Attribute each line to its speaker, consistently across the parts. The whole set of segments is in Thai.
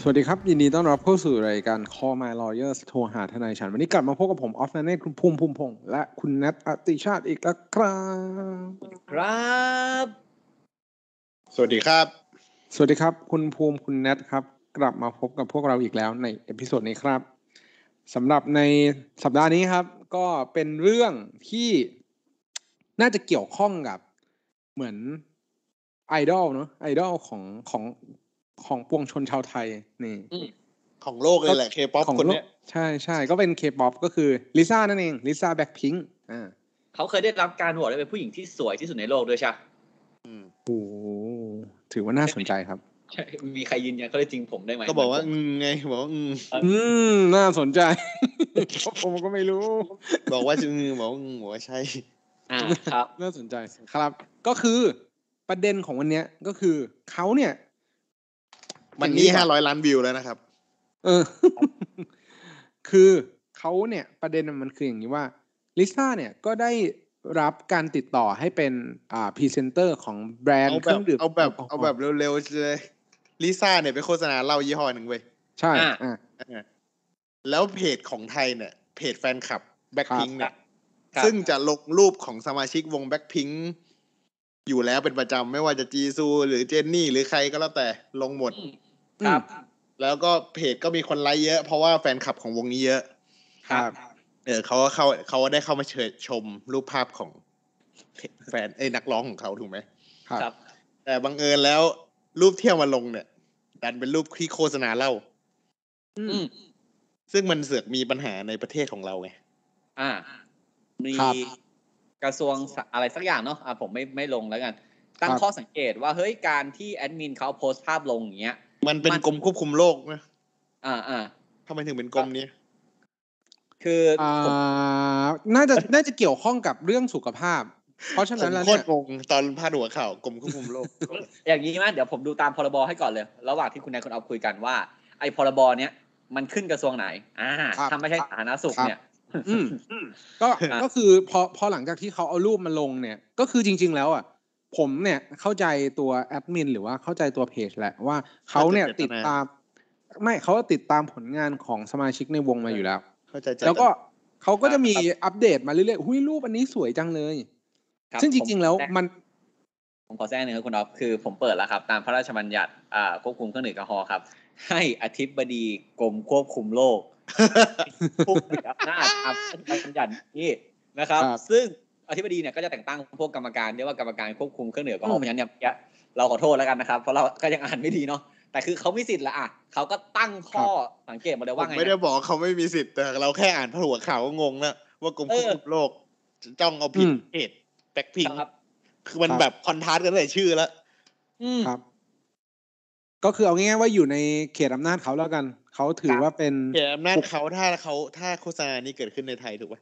Speaker 1: สวัสดีครับ ยินดีต้อนรับเข้าสู่รายการ Call My Lawyers โทรหาทนายฉัน วันนี้กลับมาพบกับผม ออฟนันเนตคุณภูมิภูมิพงษ์และคุณแนทอติชาติอีกแล้วครับ
Speaker 2: ครับ
Speaker 3: สวัสดีครับ
Speaker 1: สวัสดีครับ คุณภูมิคุณแนทครับ กลับมาพบกับพวกเราอีกแล้วในเอพิโซดนี้ครับสำหรับในสัปดาห์นี้ครับ ก็เป็นเรื่องที่น่าจะเกี่ยวข้องกับ เหมือนไอดอลเนาะไอดอลของของของปวงชนชาวไทยนี่
Speaker 3: ของโลกเลยแหละเคป๊อป
Speaker 1: ของ
Speaker 3: คน
Speaker 1: โล
Speaker 3: เนี้
Speaker 1: ก
Speaker 3: ย
Speaker 1: ใช่ใช่ก็เป็นเคป๊อปก็คือลิซ่านั่นเองลิซ่าแบ็คพิงค์อ่า
Speaker 2: เขาเคยได้รับการโหวตว่าเป็นผู้หญิงที่สวยที่สุดในโลกด้วยใช่ปะ
Speaker 1: โอ้โหถือว่าน่าสนใจครับ
Speaker 2: ใช่มีใครยืนยันเขาได้จริงผมได้ไหม
Speaker 3: ก็บอกว่าอืมไงบอกว่าอืม
Speaker 1: อืม น่าสนใจ ผมก็ไม่รู้
Speaker 3: บอกว่าจะอืมบอกว่าอืมบอกว่าใช่
Speaker 2: อ่าครับ
Speaker 1: น่าสนใจครับ ก็คือประเด็นของวันเนี้ยก็คือเขาเนี่ย
Speaker 3: วันนี้ห้าร้อยล้านวิวแล้วนะครับ
Speaker 1: เออ คือเขาเนี่ยประเด็นมันคืออย่างนี้ว่าลิซ่าเนี่ยก็ได้รับการติดต่อให้เป็นอ่าพรีเซนเตอร์ของแบรนด์
Speaker 3: เอา
Speaker 1: เค
Speaker 3: แบ
Speaker 1: รื่
Speaker 3: บ
Speaker 1: องดื่ม
Speaker 3: เอาแบบ
Speaker 1: ลกฮล์
Speaker 3: เอาแบบเร็วๆเลยลิซ่าเนี่ยไปโฆษณาเหล้ายี่ห้อหนึ่งเว้ย
Speaker 1: ใช่
Speaker 2: อ่ะ
Speaker 1: อ่ะ
Speaker 3: แล้วเพจของไทยเนี่ย เพจแฟนคลับแบ็คพิงเนี่ย
Speaker 2: ครับ
Speaker 3: ซึ่งจะลงรูปของสมาชิกวงแบ็คพิงอยู่แล้วเป็นประจำไม่ว่าจะจีซู หรือเจนนี่ หรือใครก็แล้วแต่ลงหมด
Speaker 2: ครับ
Speaker 3: แล้วก็เพจก็มีคนไลค์เยอะ เพราะว่าแฟนคลับของวงนี้เยอะ
Speaker 1: ครับ
Speaker 3: เออเขาก็เข้าเขาก็ได้เข้ามาเชิญชมรูปภาพของแฟนไอ้ยนักร้องของเขาถูกไหม
Speaker 1: ครับ
Speaker 2: ครับ
Speaker 3: แต่บังเอิญแล้วรูปเที่ยวมาลงเนี่ยดันเป็นรูปที่โฆษณาเหล่า
Speaker 1: อื
Speaker 2: อื
Speaker 1: ม
Speaker 2: ม
Speaker 3: ซึ่งมันเสือกมีปัญหาในประเทศของเราไง
Speaker 2: อ่า มี
Speaker 1: ครับ
Speaker 2: กระทรวงสะอะไรสักอย่างเนาะอ่าผมไม่ไม่ลงแล้วกัน ตั้ง
Speaker 1: ครับ
Speaker 2: ข้อสังเกตว่าเฮ้ยการที่แอดมินเขาโพสต์ภาพลงอย่างเงี้ย
Speaker 3: มันเป็น
Speaker 2: มัน
Speaker 3: กรมควบคุมโรคนะ
Speaker 2: อ่าอ่า
Speaker 3: ทำไมถึงเป็นกรมเนี้ย
Speaker 2: คืออ
Speaker 1: อ่
Speaker 2: ผมา
Speaker 1: น่าจะน่าจะเกี่ยวข้องกับเรื่องสุขภาพ เพราะฉะ
Speaker 3: ผ
Speaker 1: นั้น
Speaker 3: ม
Speaker 1: แล้ว
Speaker 3: โค
Speaker 1: เนี่
Speaker 3: ต
Speaker 1: ย
Speaker 3: รงงตอนพาดหัวข่าวกรมควบคุมโรค
Speaker 2: อย่างนี้ไหมเดี๋ยวผมดูตามพรบให้ก่อนเลย ระหว่างที่คุณนายคุณเอาคุยกันว่า ไอ้พรบเนี้ยมันขึ้นกระทรวงไหน อ่า
Speaker 1: ครับ
Speaker 2: ถ้าไม่ใช่สาธารณสุขเนี่ย
Speaker 1: อืมก็ ก็คือพอพอหลังจากที่เขาเอารูปมาลงเนี่ย ก็คือจริง ๆ แล้วอ่ะผมเนี่ยเข้าใจตัวแอดมินหรือว่าเข้าใจตัวเพจแหละว่าเขาเนี่ย
Speaker 3: เข้าใจเจตนา
Speaker 1: ติดตาม ไม่เขาติดตามผลงานของสมาชิกในวงมาอยู่แล้ว
Speaker 3: เข้าใจใจ
Speaker 1: แล้วก็เขาก็จะมีอัปเดตมาเรื่อยๆหุ้ยรูปอันนี้สวยจังเลย
Speaker 2: คบ
Speaker 1: ซึ่งจ
Speaker 2: ผม
Speaker 1: ริง ๆ แล้ว
Speaker 2: ขอทรก
Speaker 1: มัน
Speaker 2: ผมขอแทรกหนึ่งครับคุณอ๊อฟคือผมเปิดแล้วครับ ตามพระราชบัญญัติอ่าควบคุมเครื่องดื่มแอลกอฮอล์ครับ ให้อธิบดีกรมควบคุมโรคผู้ มีอำนาจตามพระราชบัญญัตินี้นะครับ
Speaker 1: ครับ
Speaker 2: ซึ่งอธิบดีเนี่ยก็จะแต่งตั้งพวกกรรมการเรียกว่ากรรมการควบคุมเครื่องดื่มแอลกอฮอล์
Speaker 1: อืม
Speaker 2: เพราะฉะนั้นเนี่ยเราขอโทษแล้วกันนะครับ เพราะเราก็ยังอ่านไม่ดีเนาะแต่คือเขามีสิทธิ์ละอ่ะเขาก็ตั้งข้อสังเกตมาเลย
Speaker 3: ผ
Speaker 2: ว่าม ไง
Speaker 3: ไม่ได้
Speaker 2: นะ
Speaker 3: บอกเขาไม่มีสิทธิ์แต่เราแค่อ่านพาดหัวข่าวก็งงแล้วว่ากรมควบคุมโรคจ้องเอาผิด
Speaker 1: อืม
Speaker 3: เพจแบ็คพิง
Speaker 2: ครับ
Speaker 3: คือมัน
Speaker 1: ครับ
Speaker 3: แบบคอนทราสต์กันตั้งแต่ชื่อแล้ว
Speaker 2: อืม
Speaker 1: ครับ ก็คือเอาง่ายๆว่าอยู่ในเขตอำนาจเขาแล้วกัน เขาถือว่าเป็น
Speaker 3: เขตอำนาจเขาถ้าเขาถ้าโฆษณานี้เกิดขึ้นในไทยถูกไหม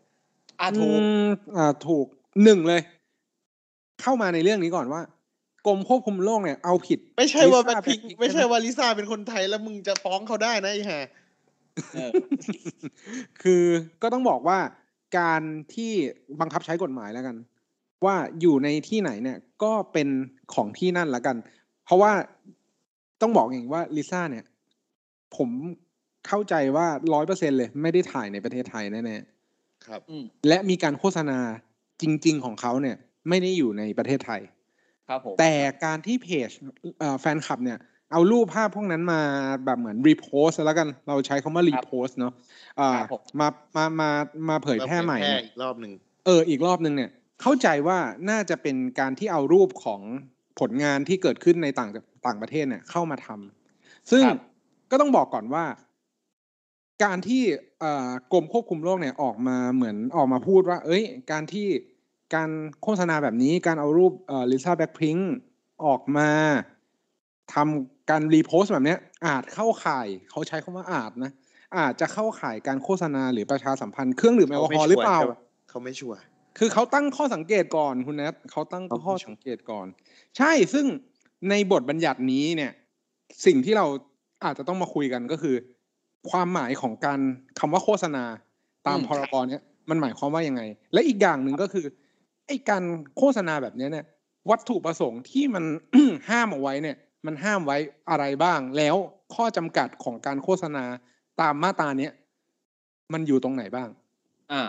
Speaker 2: อ่ะถูก
Speaker 1: อืมอ่าถูกหนึ่งเลย เข้ามาในเรื่องนี้ก่อนว่า กรมควบคุมโรคเนี่ยเอาผิด
Speaker 3: ไม่ใช่ว่าแบ็คพิง
Speaker 1: Blackpink
Speaker 3: ไม่ใช่ว่าลิซ่าเป็นคนไทยแล้วมึงจะฟ้องเขาได้นะไอ้ห่า
Speaker 2: เออ
Speaker 1: คือก็ต้องบอกว่าการที่บังคับใช้กฎหมายแล้วกัน ว่าอยู่ในที่ไหนเนี่ย ก็เป็นของที่นั่นละกัน เพราะว่าต้องบอกอย่างนี้ว่าลิซ่าเนี่ย ผมเข้าใจว่าร้อยเปอร์เซ็นเลย ไม่ได้ถ่ายในประเทศไทยแน่
Speaker 3: ครับ
Speaker 2: อืม
Speaker 1: ๆและมีการโฆษณาจริง ๆ ของเขาเนี่ย ไม่ได้อยู่ในประเทศไทย
Speaker 2: ครับผม
Speaker 1: แต่การที่เพจเอ่อแฟนคลับเนี่ย เอารูปภาพพวกนั้นมาแบบเหมือนรีโพสแล้วกันเราใช้คำว่ารีโพสเนาะอ่า
Speaker 2: ครับผม
Speaker 1: มามามามาเผยแพร่ใหม่
Speaker 3: แพร่
Speaker 1: เนี่ย
Speaker 3: อีกรอบหนึ่ง
Speaker 1: เอออีกรอบนึงเนี่ย เข้าใจว่าน่าจะเป็นการที่เอารูปของผลงานที่เกิดขึ้นในต่างต่างประเทศเนี่ยเข้ามาทำซึ่ง
Speaker 2: ครับ
Speaker 1: ก็ต้องบอกก่อนว่า การที่เอ่อกรมควบคุมโรคเนี่ยออกมาเหมือนออกมาพูดว่า เอ้ย การที่การโฆษณาแบบนี้การเอารูปลิซ่าแบ็คพิงออกมาทำการรีโพสต์แบบเนี้ยอาจเข้าข่าย เขาใช้คำาว่าอาจนะ อาจจะเข้าข่ายการโฆษณาหรือประชาสัมพันธ์เครื่องดื่มแอลกอฮอล์หรือเปล่า
Speaker 3: เขาไม่ชัวร์
Speaker 1: คือเขาตั้งข้อสังเกตก่อนคุณแนทเขาตั้งข้อสังเกตก่อน ใช่ซึ่งในบทบัญญัตินี้เนี่ย สิ่งที่เราอาจจะต้องมาคุยกันก็คือ ความหมายของการคำว่าโฆษณาตาม
Speaker 3: อืม
Speaker 1: พรบเนี่ยมันหมายความว่ายังไง และอีกอย่างหนึ่งก็คือไอ้การโฆษณาแบบเนี้ยเนี่ย วัตถุประสงค์ที่มัน ห้ามเอาไว้เนี่ย มันห้ามไว้อะไรบ้าง แล้วข้อจำกัดของการโฆษณาตามมาตราเนี้ยมันอยู่ตรงไหนบ้าง
Speaker 2: อ่า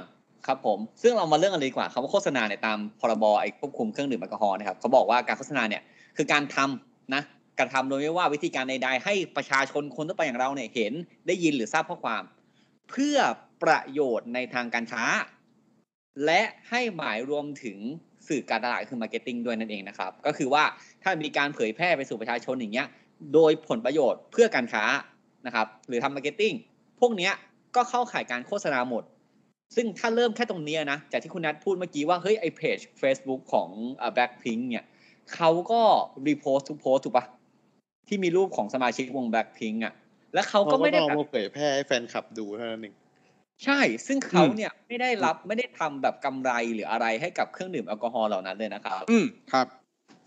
Speaker 2: ครับผมซึ่งเรามาเรื่องกันเลยดีกว่าคำว่าโฆษณาเนี่ยตามพรบไอ้ควบคุมเครื่องดื่มแอลกอฮอล์นะครับเขาบอกว่าการโฆษณาเนี่ยคือการทำนะการทำโดยไม่ว่าวิธีการใดๆให้ประชาชนคนทั่วไปอย่างเราเนี่ยเห็นได้ยินหรือทราบข้อความ เพื่อประโยชน์ในทางการค้า และให้หมายรวมถึงสื่อการตลาดคือมาร์เก็ตติ้งด้วยนั่นเองนะครับ ก็คือว่าถ้ามีการเผยแพร่ไปสู่ประชาชนอย่างเงี้ยโดยผลประโยชน์เพื่อการค้านะครับหรือทำมาร์เก็ตติ้ง พวกเนี้ยก็เข้าข่ายการโฆษณาหมด ซึ่งถ้าเริ่มแค่ตรงเนี้ยนะ จากที่คุณนัทพูดเมื่อกี้ว่า เฮ้ย ไอเพจ Facebook ของแบ็คพิงเนี่ยเขาก็รีโพสทุกโพสถูกปะที่มีรูปของสมาชิกวงแบ็คพิงอ่ะ แล้วเขาก็ไม่ได้
Speaker 3: เอา
Speaker 2: แบบ
Speaker 3: มาเผยแพร่ให้แฟนคลับดูเท่านั้นเอง
Speaker 2: ใช่ ซึ่งเขาเนี่ยไม่ได้รับไม่ได้ทำแบบกำไรหรืออะไรให้กับเครื่องดื่มแอลกอฮอล์เหล่านั้นเลยนะครับ
Speaker 1: อืมครับ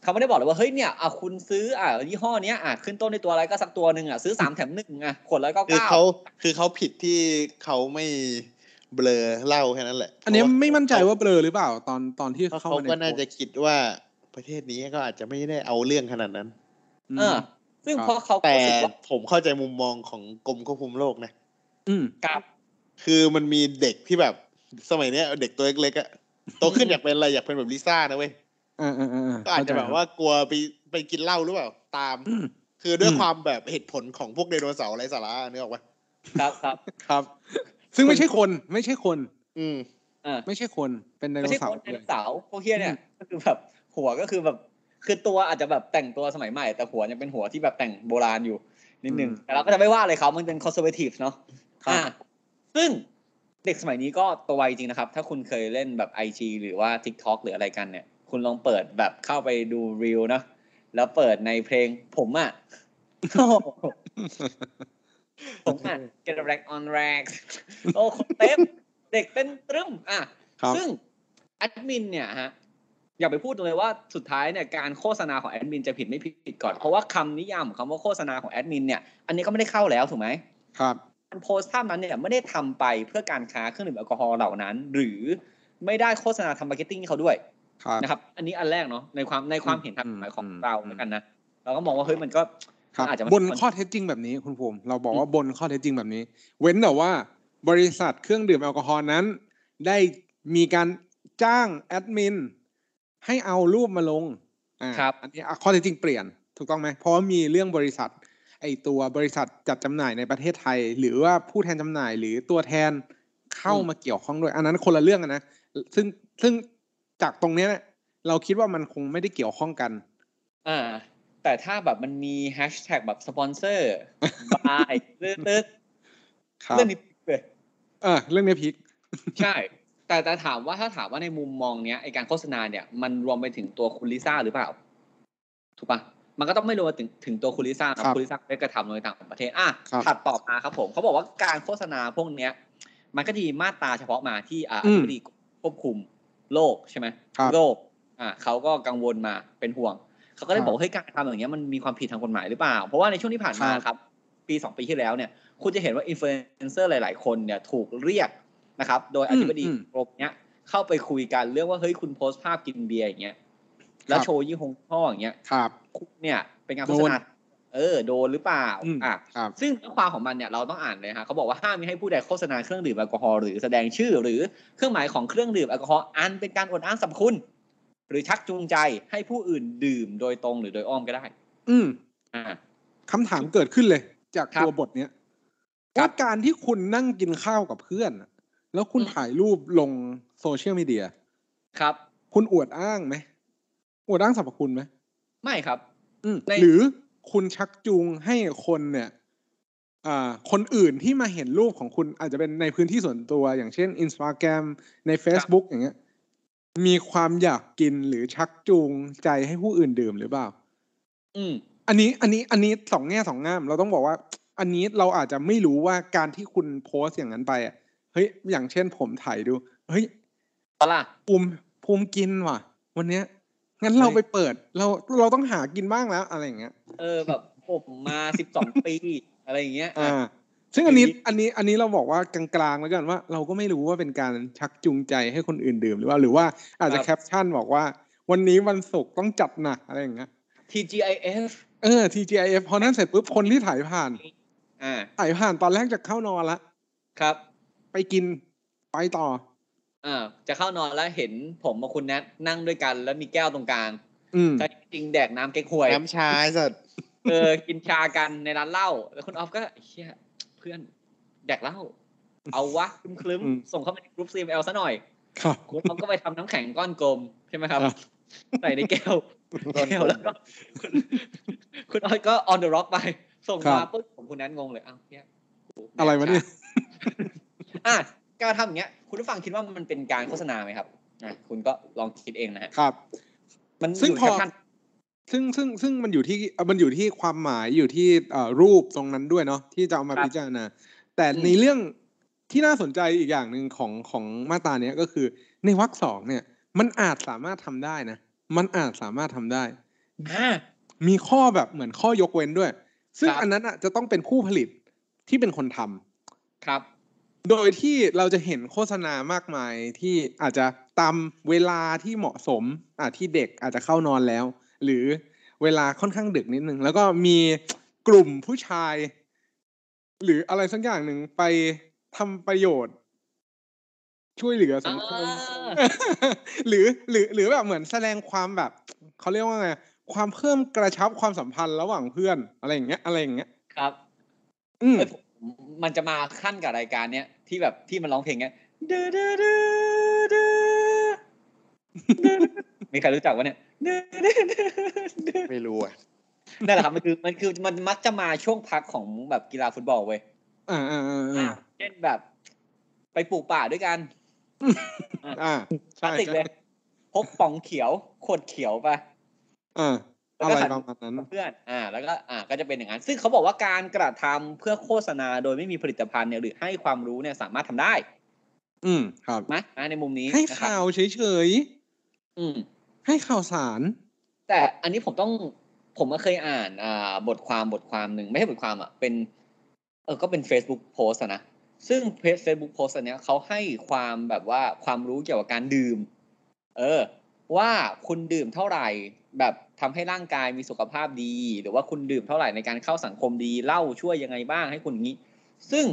Speaker 2: เขาไม่ได้บอกเลยว่าเฮ้ยเนี่ยอ่ะคุณซื้ออ่ะยี่ห้อเนี้ยอ่ะขึ้นต้นในตัวอะไรก็สักตัวหนึ่งอ่ะซื้อสามแถมหนึ่งอ่ะขวดร้อยเก้า
Speaker 3: คือ
Speaker 2: เก้า
Speaker 3: เขาคือเขาผิดที่เขาไม่เบลอเล่าแค่นั้นแหละ
Speaker 1: อันเนี้ย
Speaker 3: เพราะว่า
Speaker 1: ไม่มั่นใจว่าเบลอหรือเปล่าตอนตอนที่
Speaker 3: เพราะ
Speaker 1: เข้า
Speaker 3: เขา
Speaker 1: มาใน
Speaker 3: ก็น่าจะคิดว่าประเทศนี้ก็อาจจะไม่ได้เอาเรื่องขนาดนั้น
Speaker 2: เออ ซึ่งเพราะเขา
Speaker 3: แต่
Speaker 2: รู้สึกว่า
Speaker 3: ผมเข้าใจมุมมองของกรมควบคุมโรคนะ
Speaker 1: อืม
Speaker 2: กับ
Speaker 3: คือมันมีเด็กที่แบบสมัยเนี้ยเด็กตัวเล็กๆอะโตขึ้นอยากเป็นอะไรอยากเป็นแบบลิซ่านะเว้ย
Speaker 1: อ่าอ่าอ่า
Speaker 3: ก็อาจจะแบบว่ากลัวไปไปกินเหล้าหรือเปล่าตาม
Speaker 1: อืม
Speaker 3: คือด้วย
Speaker 1: อืม
Speaker 3: ความแบบเหตุผลของพวกไดโนเสาร์ไรสาระนึกออกปะ
Speaker 2: ครับครับ
Speaker 1: ครับ ซึ่งไม่ใช่คนไม่ใช่คน
Speaker 3: อืม
Speaker 2: อ่า
Speaker 1: ไม่ใช่คนเป็นไดโน
Speaker 2: ไม่ใช่
Speaker 1: เสาร์
Speaker 2: โคนได
Speaker 1: เล
Speaker 2: โน
Speaker 1: ย
Speaker 2: เสาร์พวกเฮียเนี่ยก็คือแบบหัวก็คือแบบคือตัวอาจจะแบบแต่งตัวสมัยใหม่ แต่หัวยังเป็นหัวที่แบบแต่งโบราณอยู่นิดนึง
Speaker 1: อืม
Speaker 2: แต่เราก็จะไม่ว่าเลยเขามันเป็นคอนเซอร์เวทีฟเนาะอ่าซึ่งเด็กสมัยนี้ก็ตัวไวจริงนะครับ ถ้าคุณเคยเล่นแบบ IG หรือว่า TikTok หรืออะไรกันเนี่ย คุณลองเปิดแบบเข้าไปดูรีวนะแล้วเปิดในเพลงผม อ่ะ ผมอ่ะ get a rack on rack โอ้คนเต็ม เด็กเต้นตรึมอ่ะ
Speaker 1: ครับ
Speaker 2: ซึ่งแอดมินเนี่ยฮะ อย่าไปพูดเลยว่าสุดท้ายเนี่ยการโฆษณาของแอดมินจะผิดไม่ผิดก่อน เพราะว่าคำนิยามของคำว่าโฆษณาของแอดมินเนี่ย อันนี้ก็ไม่ได้เข้าแล้วถูกไหม
Speaker 1: ครับ
Speaker 2: การโพสต์ภาพนั้นเนี่ยไม่ได้ทำไปเพื่อการค้าเครื่องดื่มแอลกอฮอล์เหล่านั้น หรือไม่ได้โฆษณาทำมาร์เก็ตติ้งให้เขาด้วย
Speaker 1: ครับ
Speaker 2: นะครับ อันนี้อันแรกเนาะในความในความเห็นทางกฎหมายของเราแล้วกันนะเราก็มองว่าเฮ้ยมันก็
Speaker 1: ครับ
Speaker 2: อาจจะไม่
Speaker 1: บนข้อเท็จจริงแบบนี้คุณภูมิเราบอกว่าบนข้อเท็จจริงแบบนี้ เว้นแต่ว่าบริษัทเครื่องดื่มแอลกอฮอล์นั้น ได้มีการจ้างแอดมินให้เอารูปมาลงอ่า
Speaker 2: ครับ
Speaker 1: อันนี้อ่ะข้อเท็จจริงเปลี่ยนถูกต้องไหมเพราะว่ามีเรื่องบริษัทไอตัวบริษัทจัดจำหน่ายในประเทศไทย หรือว่าผู้แทนจำหน่ายหรือตัวแทนเข้ามาเกี่ยวข้องด้วย อันนั้นคนละเรื่องอะนะซึ่งซึ่งจากตรงเนี้ยเนี่ยเราคิดว่ามันคงไม่ได้เกี่ยวข้องกัน
Speaker 2: อ่าแต่ถ้าแบบมันมีแฮชแท็กแบบสปอนเซอ ร์บายตึ๊ดตึ๊ด
Speaker 1: ครับ
Speaker 2: เรื่องนี้เลย
Speaker 1: เออเรื่องเนี้ยพีค
Speaker 2: ใช่ แต่แต่ถามว่าถ้าถามว่าในมุมมองเนี้ยไอการโฆษณาเนี่ยมันรวมไปถึงตัวคุณลิซ่าหรือเปล่า ถูกปะมันก็ต้องไม่รวมถึงถึงตัวคุณลิซ่าเนอะ
Speaker 1: ครับ
Speaker 2: คุณลิซ่าได้กระทำในต่างประเทศอ่ะ
Speaker 1: ครับ
Speaker 2: ถัดต่อมาครับผมเขาบอกว่าการโฆษณาพวกเนี้ย มันก็จะมีมาตราเฉพาะมาที่อ่า
Speaker 1: อืม
Speaker 2: ธิบดีควบคุมโรคใช่ไหม
Speaker 1: ครับ
Speaker 2: โรคอ่าเขาก็กังวลมาเป็นห่วง เขาก็ได้
Speaker 1: ครับ
Speaker 2: บอกว่าเฮ้ยการทำอย่างเงี้ยมันมีความผิดทางกฎหมายหรือเปล่า เพราะว่าในช่วงที่ผ่านมา
Speaker 1: ครับ
Speaker 2: ครับ ปีสองปีที่แล้วเนี่ย คุณจะเห็นว่าอินฟลูเอนเซอร์หลาย ๆ คนเนี่ยถูกเรียกนะครับ โดยอธิบดี
Speaker 1: อืมอืม
Speaker 2: กรมเนี้ยเข้าไปคุยกันเรื่องว่าเฮ้ยคุณโพสต์ภาพกินเบียร์อย่างเงี้ยแล้ว
Speaker 1: ครับ
Speaker 2: โชว์ยี่ห้อห้ออย่างเงี้ย
Speaker 1: ครับ
Speaker 2: คุกเนี่ยเป็นการโฆษณาเออโดนหรือเปล่า
Speaker 1: อืม
Speaker 2: อ่ะ
Speaker 1: ครับ
Speaker 2: ซึ่งเนื้อความของมันเนี่ยเราต้องอ่านเลยฮะเขาบอกว่าห้ามมิให้ผู้ใดโฆษณาเครื่องดื่มแอลกอฮอล์หรือแสดงชื่อ หรือเครื่องหมายของเครื่องดื่มแอลกอฮอล์อันเป็นการอวดอ้างสรรพคุณ หรือชักจูงใจให้ผู้อื่นดื่มโดยตรงหรือโดยอ้อมก็ได้
Speaker 1: อืม
Speaker 2: อ่า
Speaker 1: คำถามเกิดขึ้นเลย จาก
Speaker 2: ครับ
Speaker 1: ตัวบทเนี้ย
Speaker 2: ครั
Speaker 1: ว่า
Speaker 2: บ
Speaker 1: การที่คุณนั่งกินข้าวกับเพื่อนน่ะแล้วคุณถ่ายรูปลงโซเชียลมีเดีย
Speaker 2: ครับ
Speaker 1: คุณอวดอ้างไหมอวดอ้างสรรพคุณไหม
Speaker 2: ไม่ครับ
Speaker 1: อืม
Speaker 2: ใน
Speaker 1: หรือคุณชักจูงให้คนเนี่ย อ่า คนอื่นที่มาเห็นรูปของคุณอาจจะเป็นในพื้นที่ส่วนตัว อย่างเช่น Instagram ใน Facebook อย่างเงี้ย มีความอยากกินหรือชักจูงใจให้ผู้อื่นดื่มหรือเปล่า
Speaker 2: อืม
Speaker 1: อันนี้อันนี้อันนี้สองแง่สองงาม เราต้องบอกว่า อันนี้เราอาจจะไม่รู้ว่าการที่คุณโพสต์อย่างนั้นไปอะเฮ้ยอย่างเช่นผมถ่ายดู เฮ้ย
Speaker 2: ปะล่ะ
Speaker 1: ภูมิภูมิกินว่ะ วันเนี้ยงั้นเราไปเปิด เราเราต้องหากินบ้างแล้วอะไรอย่างเงี้ย
Speaker 2: เออแบบผมมาสิบสองปีอะไรอย่างเงี้ย
Speaker 1: อ่า ซึ่งอันนี้อันนี้อันนี้เราบอกว่ากลางๆแล้วกันว่า เราก็ไม่รู้ว่าเป็นการชักจูงใจให้คนอื่นดื่มหรือว่าหรือว่าอาจจะแคปชั่นบอกว่า วันนี้วันศุกร์ต้องจัดหนักอะไรอย่างเงี้ย
Speaker 2: TGIF
Speaker 1: เออ TGIF พอนั้นเสร็จปุ๊บคนที่ถ่ายผ่าน
Speaker 2: อ่า
Speaker 1: ถ่ายผ่านตอนแรกจะเข้านอนละ
Speaker 2: ครับ
Speaker 1: ไปกินไปต่อ
Speaker 2: อ่าจะเข้านอนแล้วเห็นผมกับคุณแนทนั่งด้วยกันแล้วมีแก้วตรงกลาง
Speaker 1: อืม
Speaker 2: แต่จริงๆแดกน้ำเก๊กฮวย
Speaker 3: น้ำชาไอ้สัตว์
Speaker 2: เออกินชากันในร้านเหล้าแล้วคุณออฟก็เฮียเพื่อนแดกเหล้าเอาวะคลึ้ม
Speaker 1: อืม
Speaker 2: ๆส่งเข้ามาในกรุ๊ปซีเอลซะหน่อย
Speaker 1: ครับ
Speaker 2: คุณออฟก็ไปทำน้ำแข็งก้อนกลมใช่ไหมครับ
Speaker 1: ครับ
Speaker 2: ใส่ในแก้วแก้วแล้วก็คุณคุณออฟก็ on the rock ไป ส่ง
Speaker 1: ครั
Speaker 2: มา
Speaker 1: บ
Speaker 2: ปุ๊บผมคุณนั้นงงเลยอ้าวเฮียกูแดก
Speaker 1: อะไรวะเนี่ย
Speaker 2: ชา อ่ะการทำอย่างเงี้ย คุณผู้ฟังคิดว่ามันเป็นการโฆษณาไหมครับอ่ะคุณก็ลองคิดเองนะฮะ
Speaker 1: ครับ
Speaker 2: มัน
Speaker 1: ซึ่ง
Speaker 2: ยู่
Speaker 1: พอ
Speaker 2: แค่ขั้น
Speaker 1: ซึ่งซึ่งซึ่งมันอยู่ที่เอ่อมันอยู่ที่ความหมายอยู่ที่เอ่อรูปตรงนั้นด้วยเนาะที่จะเอามาพิจารณาแต่ในเรื่องที่น่าสนใจอีกอย่างหนึ่งของของมาตราเนี้ยก็คือในวรรคสองเนี่ย มันอาจสามารถทำได้นะ มันอาจสามารถทำได้
Speaker 2: อ่า
Speaker 1: มีข้อแบบเหมือนข้อยกเว้นด้วย ซึ่ง
Speaker 2: ครับ
Speaker 1: อันนั้นอ่ะจะต้องเป็นผู้ผลิตที่เป็นคนทำ
Speaker 2: ครับ
Speaker 1: โดยที่เราจะเห็นโฆษณามากมายที่อาจจะตามเวลาที่เหมาะสมอ่ะที่เด็กอาจจะเข้านอนแล้ว หรือเวลาค่อนข้างดึกนิดนึง แล้วก็มีกลุ่มผู้ชาย หรืออะไรสักอย่างหนึ่งไปทำประโยชน์ ช่วยเหลือสังคม
Speaker 2: อ่า
Speaker 1: หรือหรือหรือแบบเหมือนแสดงความแบบเขาเรียกว่าไงความเพิ่มกระชับความสัมพันธ์ระหว่างเพื่อนอะไรอย่างเงี้ยอะไรอย่างเงี้ย
Speaker 2: ครับ
Speaker 1: อืม
Speaker 2: เอ้ยผมมันจะมาขั้นกับรายการเนี้ยที่แบบที่มันร้องเพลงเงี้ยเดอเดอเดอเดอเดอมีใครรู้จักวะเนี่ยเดอเดอเดอ เดอ
Speaker 3: ไม่รู้อ่ะ
Speaker 2: นั่นแหละครับมันคือมันคือมันมักจะมาช่วงพักของแบบกีฬาฟุตบอลเว้ย
Speaker 1: อ่าอ่าอ่าอ่า
Speaker 2: เช่นแบบ ไปปลูกป่าด้วยกัน
Speaker 1: อ่า
Speaker 2: พลา
Speaker 1: ใช่
Speaker 2: สติกเล
Speaker 1: ใช่
Speaker 2: ยพบป๋องเขียวขวดเขียวไป
Speaker 1: อ่า
Speaker 2: แล้ว
Speaker 1: อะไร
Speaker 2: ก็หัน
Speaker 1: ประมาณนั้น
Speaker 2: เพื่อน อ่า แล้วก็ อ่า ก็จะเป็นอย่างนั้น ซึ่งเขาบอกว่าการกระทำเพื่อโฆษณาโดยไม่มีผลิตภัณฑ์เนี่ยหรือให้ความรู้เนี่ยสามารถทำได้
Speaker 1: อืม ครับ
Speaker 2: ไหมอ่าในมุมนี้
Speaker 1: ให้
Speaker 2: นะครับ
Speaker 1: ข่าวเฉย
Speaker 2: อืม
Speaker 1: ๆ ให้ข่าวสาร
Speaker 2: แต่อันนี้ผมต้อง ผมก็เคยอ่าน อ่า บทความบทความหนึ่งไม่ใช่บทความอ่ะ เป็น เออ ก็เป็น Facebook Post อะนะ ซึ่งเพจ Facebook Post อันเนี้ยเขาให้ความแบบว่าความรู้เกี่ยวกับการดื่ม เออ ว่าคุณดื่มเท่าไหร่ แบบทำให้ร่างกายมีสุขภาพดี หรือว่าคุณดื่มเท่าไหร่ในการเข้าสังคมดีเหล้าช่วยยังไงบ้างให้คุณอย่างนี้ ซึ่ง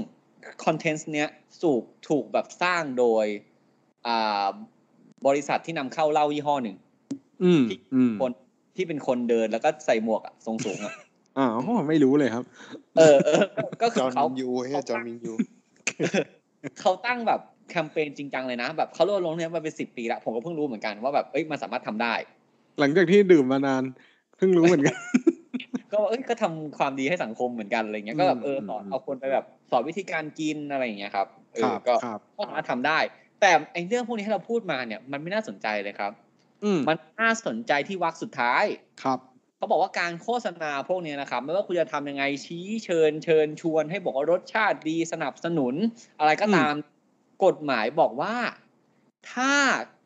Speaker 2: คอนเทนต์เนี้ยสูกถูกแบบสร้างโดย อ่า บริษัทที่นำเข้าเหล้ายี่ห้อหนึ่ง
Speaker 1: อืม อืม
Speaker 2: คนที่เป็นคนเดินแล้วก็ใส่หมวกอะทรงสูง อะ
Speaker 1: อ้าวไม่รู้เลยครับ
Speaker 2: เออเออก็ก็คื
Speaker 3: จอ
Speaker 2: อ
Speaker 3: ห์น
Speaker 2: เขา
Speaker 3: วินยูเฮ้ยจอห์นวินยู
Speaker 2: เขาตั้งแบบแคมเปญจริงจังเลยนะ แบบเขารณรงค์เนี่ยมาเป็นสิบปีละผมก็เพิ่งรู้เหมือนกันว่าแบบเอ้ยมันสามารถทำได้
Speaker 1: หลังจากที่ดื่มมานาน เพิ่งรู้เหมือนกัน
Speaker 2: ก็เอ้ยก็ทำความดีให้สังคมเหมือนกันอะไรเงี้ยก็แบบเออสอน
Speaker 1: อืม
Speaker 2: เอาคนไปแบบสอนวิธีการกินอะไรอย่างเงี้ยครับเอ
Speaker 1: ค
Speaker 2: อ
Speaker 1: รับ
Speaker 2: ก็
Speaker 1: ครับ
Speaker 2: ก็สามารถทำได้ แต่ไอ้เรื่องพวกนี้ที่เราพูดมาเนี่ยมันไม่น่าสนใจเลยครับ
Speaker 1: อืม
Speaker 2: มันน่าสนใจที่วรรคสุดท้าย
Speaker 1: ครับ
Speaker 2: เขาบอกว่าการโฆษณาพวกเนี้ยนะครับ ไม่ว่าคุณจะทำยังไงชี้เชิญเชิญชวน ให้บอกว่ารสชาติดีสนับสนุน อะไรก็ตามกฎหมายบอกว่า ถ้า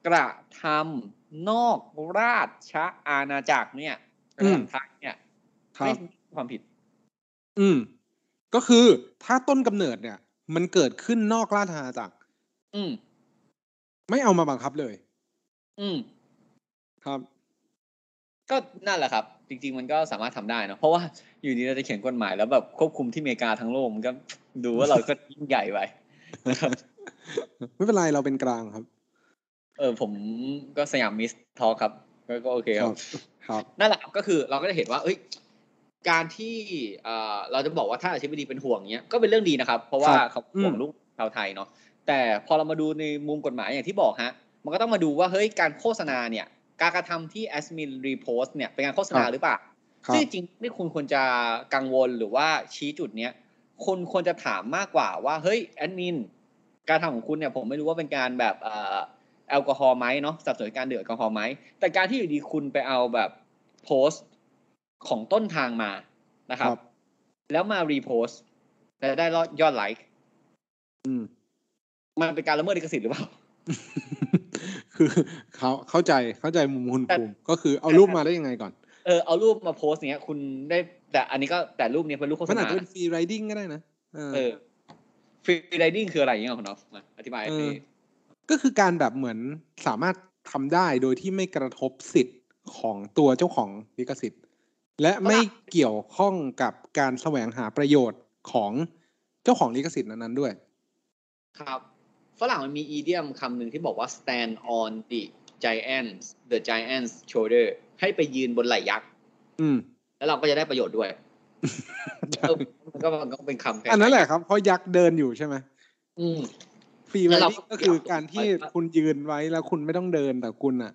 Speaker 2: กระทำนอกราชอาณาจักรเนี่ย
Speaker 1: อืม
Speaker 2: ไทยเนี่ย
Speaker 1: ครั
Speaker 2: ไม่
Speaker 1: บ
Speaker 2: มีความผิด
Speaker 1: อืม ก็คือถ้าต้นกำเนิดเนี่ย มันเกิดขึ้นนอกราชอาณาจักร
Speaker 2: อืม
Speaker 1: ไม่เอามาบังคับเลย
Speaker 2: อืม
Speaker 1: ครับ
Speaker 2: ก็นั่นแหละครับ จริง ๆ มันก็สามารถทำได้เนอะเพราะว่าอยู่ดีเราจะเขียนกฎหมายแล้วแบบควบคุมที่อเมริกาทั้งโลกมันก็ดูว่าเราก็ยิ่งใหญ่ไป
Speaker 1: ไม่เป็นไรเราเป็นกลางครับ
Speaker 2: เออผมก็สยามมิสทอครับก็ก็โอเคครับ
Speaker 1: ครับ
Speaker 2: นั่นแหละครับก็คือเราก็จะเห็นว่า เอ้ย การที่เอ่อเราจะบอกว่าท่านอธิบดีเป็นห่วงเนี้ยก็เป็นเรื่องดีนะครับ เพราะว่า
Speaker 1: ครับ
Speaker 2: เขาห่วง
Speaker 1: อืม
Speaker 2: ลูกชาวไทยเนาะแต่พอเรามาดูในมุมกฎหมายอย่างที่บอกฮะ มันก็ต้องมาดูว่าเฮ้ยการโฆษณาเนี่ย การกระทำที่แอสมินรีโพสเนี่ยเป็นการโฆษณาหรือเปล่า
Speaker 1: ครั
Speaker 2: ซึ่ง
Speaker 1: บ
Speaker 2: จริงๆไม่คุณควรจะกังวลหรือว่าชี้จุดเนี้ยคุณควรจะถามมากกว่าว่าเฮ้ยแอดมินการทำของคุณเนี่ยผมไม่รู้ว่าเป็นการแบบเอ่อแอลกอฮอล์ไหมเนาะสนับสนุนการดื่มแอลกอฮอล์ไหมแต่การที่อยู่ดีคุณไปเอาแบบโพสต์ของต้นทางมานะครับ
Speaker 1: ครับ
Speaker 2: แล้วมารีโพสต์แล้วได้ยอดไลค์
Speaker 1: อืม
Speaker 2: มันเป็นการละเมิดลิขสิทธิ์หรือเปล่า
Speaker 1: คือเขาเข้าใจเข้าใจมุมคุณ
Speaker 2: แต่
Speaker 1: ภูมิก็คือเอารูปมาได้ยังไงก่อน
Speaker 2: เออเอารูปมาโพสต์เนี้ยคุณได้แต่อันนี้ก็แต่รูปเนี้ยเป็นรูปโฆษ
Speaker 1: มันอาจ
Speaker 2: ณา
Speaker 1: จะเป็นฟรีไรดิ้งก็ได้นะเออ
Speaker 2: เออฟรีไรดิ้งคืออะไรอย่างเงี้ยคุณอ๊อฟมาอธิบาย
Speaker 1: เอ
Speaker 2: สิ
Speaker 1: อ ก็คือการแบบเหมือนสามารถทำได้โดยที่ไม่กระทบสิทธิ์ของตัวเจ้าของลิขสิทธิ์ และไม่เกี่ยวข้องกับการแสวงหาประโยชน์ของเจ้าของลิขสิทธิ์นั้นๆด้วย
Speaker 2: ครับฝรั่งมันมีอีเดียมคำหนึ่งที่บอกว่า stand on the giants the giants shoulder ให้ไปยืนบนไหล่ยักษ์
Speaker 1: อืม
Speaker 2: แล้วเราก็จะได้ประโยชน์ ด้วยเออมันก็มันก็เป็นคำ
Speaker 1: อันนั้นแหละครับเพราะยักษ์เดินอยู่ใช่ไหม
Speaker 2: อืม
Speaker 1: ฟรี
Speaker 2: แล้
Speaker 1: ไร
Speaker 2: วเรา
Speaker 1: ดิ้งก็คือการที่
Speaker 2: ไปปะ
Speaker 1: คุณยืนไว้แล้วคุณไม่ต้องเดินแต่คุณอะ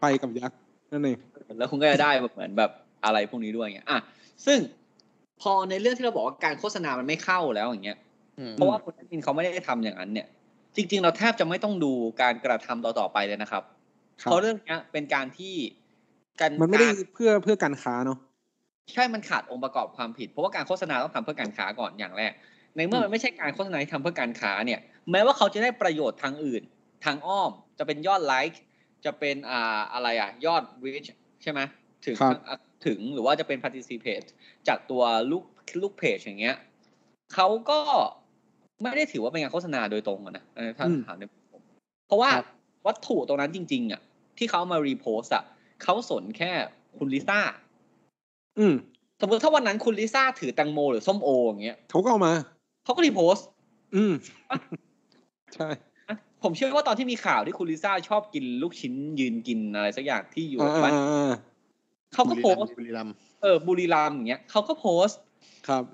Speaker 1: ไปกับยักษ์นั่นเอง
Speaker 2: แล้วคุณก็จะได้แบบเหมือนแบบอะไรพวกนี้ด้วยไงอ่ะซึ่งพอในเรื่องที่เราบอกว่าการโฆษณามันไม่เข้าแล้วอย่างเงี้ย
Speaker 3: อืม
Speaker 2: เพราะว่าคุณนัทมินเขาไม่ได้ทำอย่างนั้นเนี่ย จริง ๆ เราแทบจะไม่ต้องดูการกระทำต่อๆไปเลยนะครับ
Speaker 1: ครับ
Speaker 2: เพราะเรื่องเนี้ยเป็นการที่การ
Speaker 1: มันไม่ได้
Speaker 2: การ
Speaker 1: เพื่อเพื่อการค้าเนาะ
Speaker 2: ใช่มันขาดองค์ประกอบความผิด เพราะว่าการโฆษณาต้องทำเพื่อการค้าก่อนอย่างแรก ในเมื่อมันไม่ใช่การโฆษณาที่ทำเพื่อการค้าเนี่ย แม้ว่าเขาจะได้ประโยชน์ทางอื่น ทางอ้อม จะเป็นยอดไลค์ จะเป็นอ่าอะไรอ่ะ ยอด reach ใช่ไหมถึง
Speaker 1: ครับ
Speaker 2: ถึงหรือว่าจะเป็น participate จากตัวลูกลูกเพจอย่างเงี้ยเขาก็ไม่ได้ถือว่าเป็นการโฆษณาโดยตรงอะนะเออถ้า
Speaker 1: อืม
Speaker 2: ถามในมุมผมเพราะว่า
Speaker 1: ครับ
Speaker 2: วัตถุตรงนั้นจริง ๆ อ่ะ ที่เขาเอามารีโพสอ่ะเขาสนแค่คุณลิซ่า
Speaker 1: อืม
Speaker 2: สมมติถ้าวันนั้นคุณลิซ่าถือแตงโมหรือส้มโออย่างเงี้ย
Speaker 1: เขาก็เอามา
Speaker 2: เขาก็รีโพส
Speaker 1: อืม ใช่
Speaker 2: ผมเชื่อว่าตอนที่มีข่าวที่คุณลิซ่าชอบกินลูกชิ้นยืนกินอะไรสักอย่างที่อยู่
Speaker 1: อ่า
Speaker 2: บ้าน
Speaker 1: อ่าอ่า
Speaker 2: เขาก็โพสต์
Speaker 3: บุรีรัมย์
Speaker 2: เออบุรีรัมย์อย่างเงี้ยเขาก็โพสต์
Speaker 1: ครับ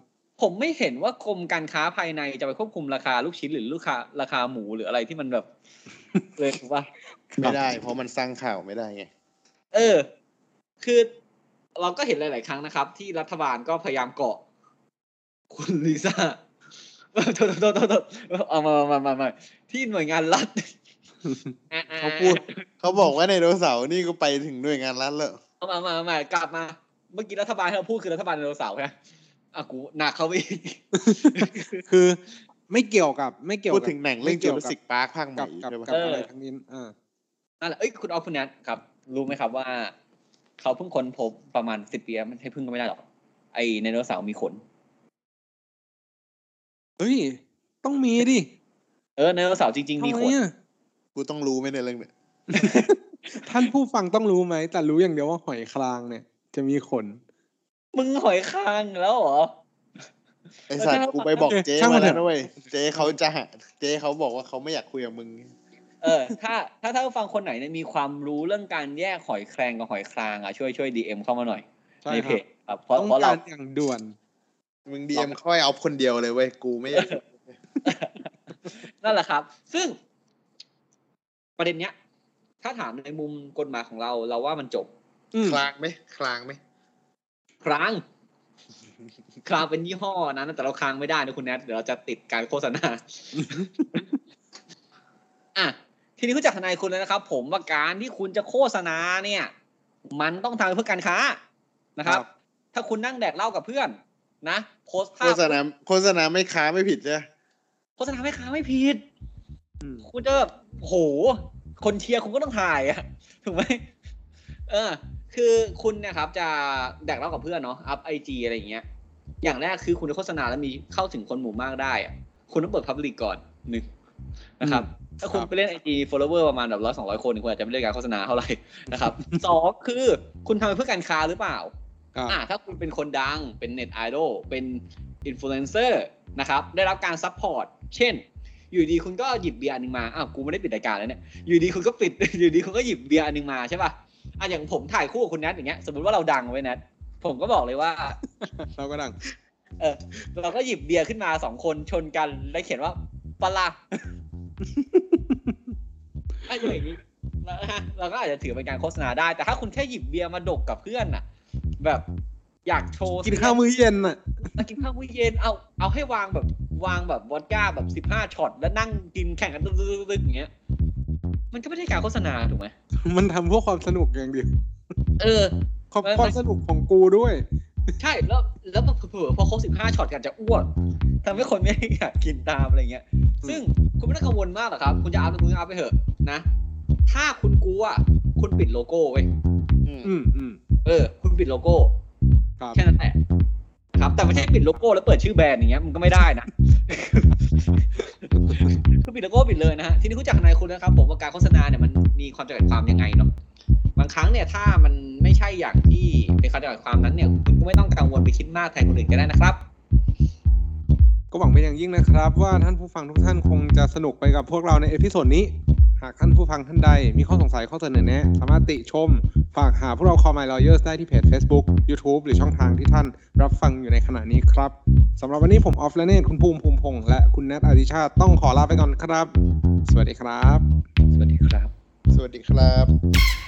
Speaker 2: ผมไม่เห็นว่ากรมการค้าภายในจะไปควบคุมราคาลูกชิ้นหรือลูกค้าราคาหมูหรืออะไรที่มัน แบบ เลยถูกปะ
Speaker 3: ไม่ได้ เพราะมันสร้างข่าวไม่ได้ไง
Speaker 2: เออ คือเราก็เห็นหลาย ๆ ครั้งนะครับ ที่รัฐบาลก็พยายามเกาะ คุณลิซ่าโทษโทษโทษโทษเอามามามามาที่หน่วยงานรัฐ
Speaker 1: เขาพูด
Speaker 3: เขาบอกว่าในโดเสาร์นี่ก็ไปถึงหน่วยงานรัฐแล้ว
Speaker 2: เอามามามากลับมา เมื่อกี้รัฐบาลที่เราพูดคือรัฐบาลไดโนเสาร์ฮะอ่ะกูหนักเขาไปอีก
Speaker 1: คือไม่เกี่ยวกับไม่เกี่ยว
Speaker 3: พู
Speaker 1: กั
Speaker 3: ด
Speaker 1: บ
Speaker 3: ถึงหนังเรื่องจู
Speaker 1: ไม่ยว
Speaker 3: ราสสิกพาร์คภาคใหม่
Speaker 1: กับกับ
Speaker 3: ใช่
Speaker 1: กับ
Speaker 3: ปะ
Speaker 1: อะไร
Speaker 2: เออ
Speaker 1: ทั้งนี้อ่า
Speaker 2: นั่นแหละเอ้ยคุณออฟคุณแนทครับ รู้ไหมครับว่า เขาเพิ่งค้นพบประมาณสิบปีแล้วมันให้เพิ่งก็ไม่ได้หรอก ไอไดโนเสาร์มีขน
Speaker 1: เฮ้ย ต้องมีดิ
Speaker 2: เออไดโนเสาร์จริง ๆ มี
Speaker 1: ทำ
Speaker 2: ข
Speaker 1: ไม
Speaker 2: น
Speaker 1: อะ
Speaker 3: กูต้องรู้ไหมในยเรื่องเนี้ย
Speaker 1: ท่านผู้ฟังต้องรู้ไหม แต่รู้อย่างเดียวว่าหอยคลางเนี่ย จะมีขน
Speaker 2: มึงหอยคางแล้วเหรอ
Speaker 3: ไอสัตว์กูไปบอกเจ๊
Speaker 1: ช่างมั
Speaker 3: มาน
Speaker 1: เถ
Speaker 3: แล้
Speaker 1: อะ
Speaker 3: วนะเว้ยเจ๊เขาจะหาเจ๊เขาบอกว่าเขาไม่อยากคุยกับมึง
Speaker 2: เออ ถ้าถ้าถ้าฟังคนไหนเนี่ยมีความรู้เรื่องการแยกหอยแครงกับหอยคลางอ่ะช่วยช่วยดีเอ็มเข้ามาหน่อย
Speaker 1: ใช่
Speaker 2: ใน
Speaker 1: ค
Speaker 2: เพ
Speaker 1: รับ
Speaker 2: จครับเพราะ
Speaker 1: ต้อง
Speaker 2: เพราะ
Speaker 1: กา
Speaker 2: เรา
Speaker 1: รอย่างด่วน
Speaker 3: มึงดีเอ็มค่อยเอาคนเดียวเลยเว้ยกูไม่อยาก
Speaker 2: นั่นแหละครับ ซึ่ง ประเด็นเนี้ย ถ้าถามในมุมกฎหมายของเรา เราว่ามันจบ
Speaker 1: อืม
Speaker 3: คลางไหมคลางไหม
Speaker 2: คราง ครางเป็นยี่ห้อนั้น แต่เราครางไม่ได้นะคุณแนทเดี๋ยวเราจะติดการโฆษณา อ่ะ ทีนี้รู้จักทนายคุณแล้วนะครับ ผมว่าการที่คุณจะโฆษณาเนี่ย มันต้องทำเพื่อการค้านะครับ ถ้าคุณนั่งแดกเหล้ากับเพื่อน นะโพสต์
Speaker 3: โฆ
Speaker 2: ภาพ
Speaker 3: ษณาโฆษณาไม่ค้าไม่ผิดใช่ปะ
Speaker 2: โฆษณาไม่ค้าไม่ผิด
Speaker 1: อืม
Speaker 2: คุณจะแบบโห คนเชียร์คุณก็ต้องถ่ายอะ ถูกไหมเออ คือคุณเนะครับ จะแดกเหล่ากับเพื่อนเนาะอัพไอจีอะไรอย่างเงี้ย อย่างแรกคือคุณจะโฆษณาแล้วมีเข้าถึงคนหมู่มากได้อะคุณต้องเปิดพับลิกก่อนหนึ่งนะครับ ถ้าคุณ
Speaker 1: ครับ
Speaker 2: ไปเล่นไอจีโฟลโลเวอร์ประมาณแบบร้อยสองร้อยคนคุณอาจจะไม่ได้การโฆษณาเท่าไหร่ นะครับ สองคือคุณทำไปเพื่อการค้าหรือเปล่า
Speaker 1: ครับ
Speaker 2: อ่าถ้าคุณเป็นคนดังเป็นเน็ตไอดอลเป็นอินฟลูเอนเซอร์นะครับ ได้รับการซัพพอร์ต เช่น อยู่ดีคุณก็หยิบเบียร์อันหนึงมา อ้าว กูไม่ได้ปิดรายการแล้วเนี่ย อยู่ดีคุณก็ปิด อยู่ดีคุณก็หยิบเบียร์อันหนึงมาใช่ป่ะอ่ะอย่างผมถ่ายคู่กับคุณแนทอย่างเงี้ย สมมติว่าเราดังไว้แนทผมก็บอกเลยว่า
Speaker 1: เราก็ดัง
Speaker 2: เออเราก็หยิบเบียร์ขึ้นมาสองคนชนกัน แล้วเขียนว่าปะ ลา อะอย่างนี้ แล้วนะเราก็อาจจะถือเป็นการโฆษณาได้ แต่ถ้าคุณแค่หยิบเบียร์มาดกกับเพื่อนน่ะ แบบอยากโชว์
Speaker 1: กินข้าวมื้อเย็นอ่ะ
Speaker 2: มากินข้าวมื้อเย็นเอาเอาให้วางแบบวางแบบวอดก้าแบบสิบห้าช็อตแล้วนั่งกินแข่งกันตึ๊กๆๆๆอย่างเงี้ย มันก็ไม่ได้การโฆษณาถูกไหม
Speaker 1: มันทำเพื่อความสนุกอย่างเดียว
Speaker 2: เออ
Speaker 1: ความ
Speaker 2: ไม่ไม่
Speaker 1: ความสนุกของกูด้วย
Speaker 2: ใช่แล้วแล้วเผื่อๆพอครบสิบห้าช็อตกันจะอ้วกทำให้คนไม่อยากกินตามอะไรเงี้ย ซึ่งคุณไม่ต้องกังวลมากหรอกครับ คุณจะอัพหรือคุณอัพไปเถอะนะ ถ้าคุณกลัวคุณปิดโลโก้เว้ย
Speaker 3: อืม
Speaker 1: อืมอืม
Speaker 2: เออ คุณปิดโลโก้
Speaker 1: ครับ
Speaker 2: แค่นั้นแหละครับ แต่ไม่ใช่ปิดโลโก้แล้วเปิดชื่อแบรนด์อย่างเงี้ยมันก็ไม่ได้นะ คือปิดโลโก้ปิดเลยนะฮะทีนี้ผู้จักทนายคุณนะครับ ผมว่าการโฆษณาเนี่ยมันมีความจำกัดความยังไงเนาะบางครั้งเนี่ยถ้ามันไม่ใช่อย่างที่เป็นความจำกัดความนั้นเนี่ยคุณก็ไม่ต้องกังวลไปคิดมากแทนคนอื่นก็ได้นะครับ
Speaker 1: ก็หวังเป็นอย่างยิ่งนะครับ ว่าท่านผู้ฟังทุกท่านคงจะสนุกไปกับพวกเราในเอพิโซดนี้ หากท่านผู้ฟังท่านใด มีข้อสงสัยข้อเสนอแนะ สามารถติชม ฝากหาพวกเรา Call My Lawyers ได้ที่เพจ Facebook YouTube หรือช่องทางที่ท่านรับฟังอยู่ในขณะนี้ครับสำหรับวันนี้ผมออฟและเนตคุณภูมิภูมิพงษ์และคุณแนทอดิชาติต้องขอลาไปก่อนครับ สวัสดีครับ
Speaker 2: สวัสดีครับ
Speaker 3: สวัสดีครับ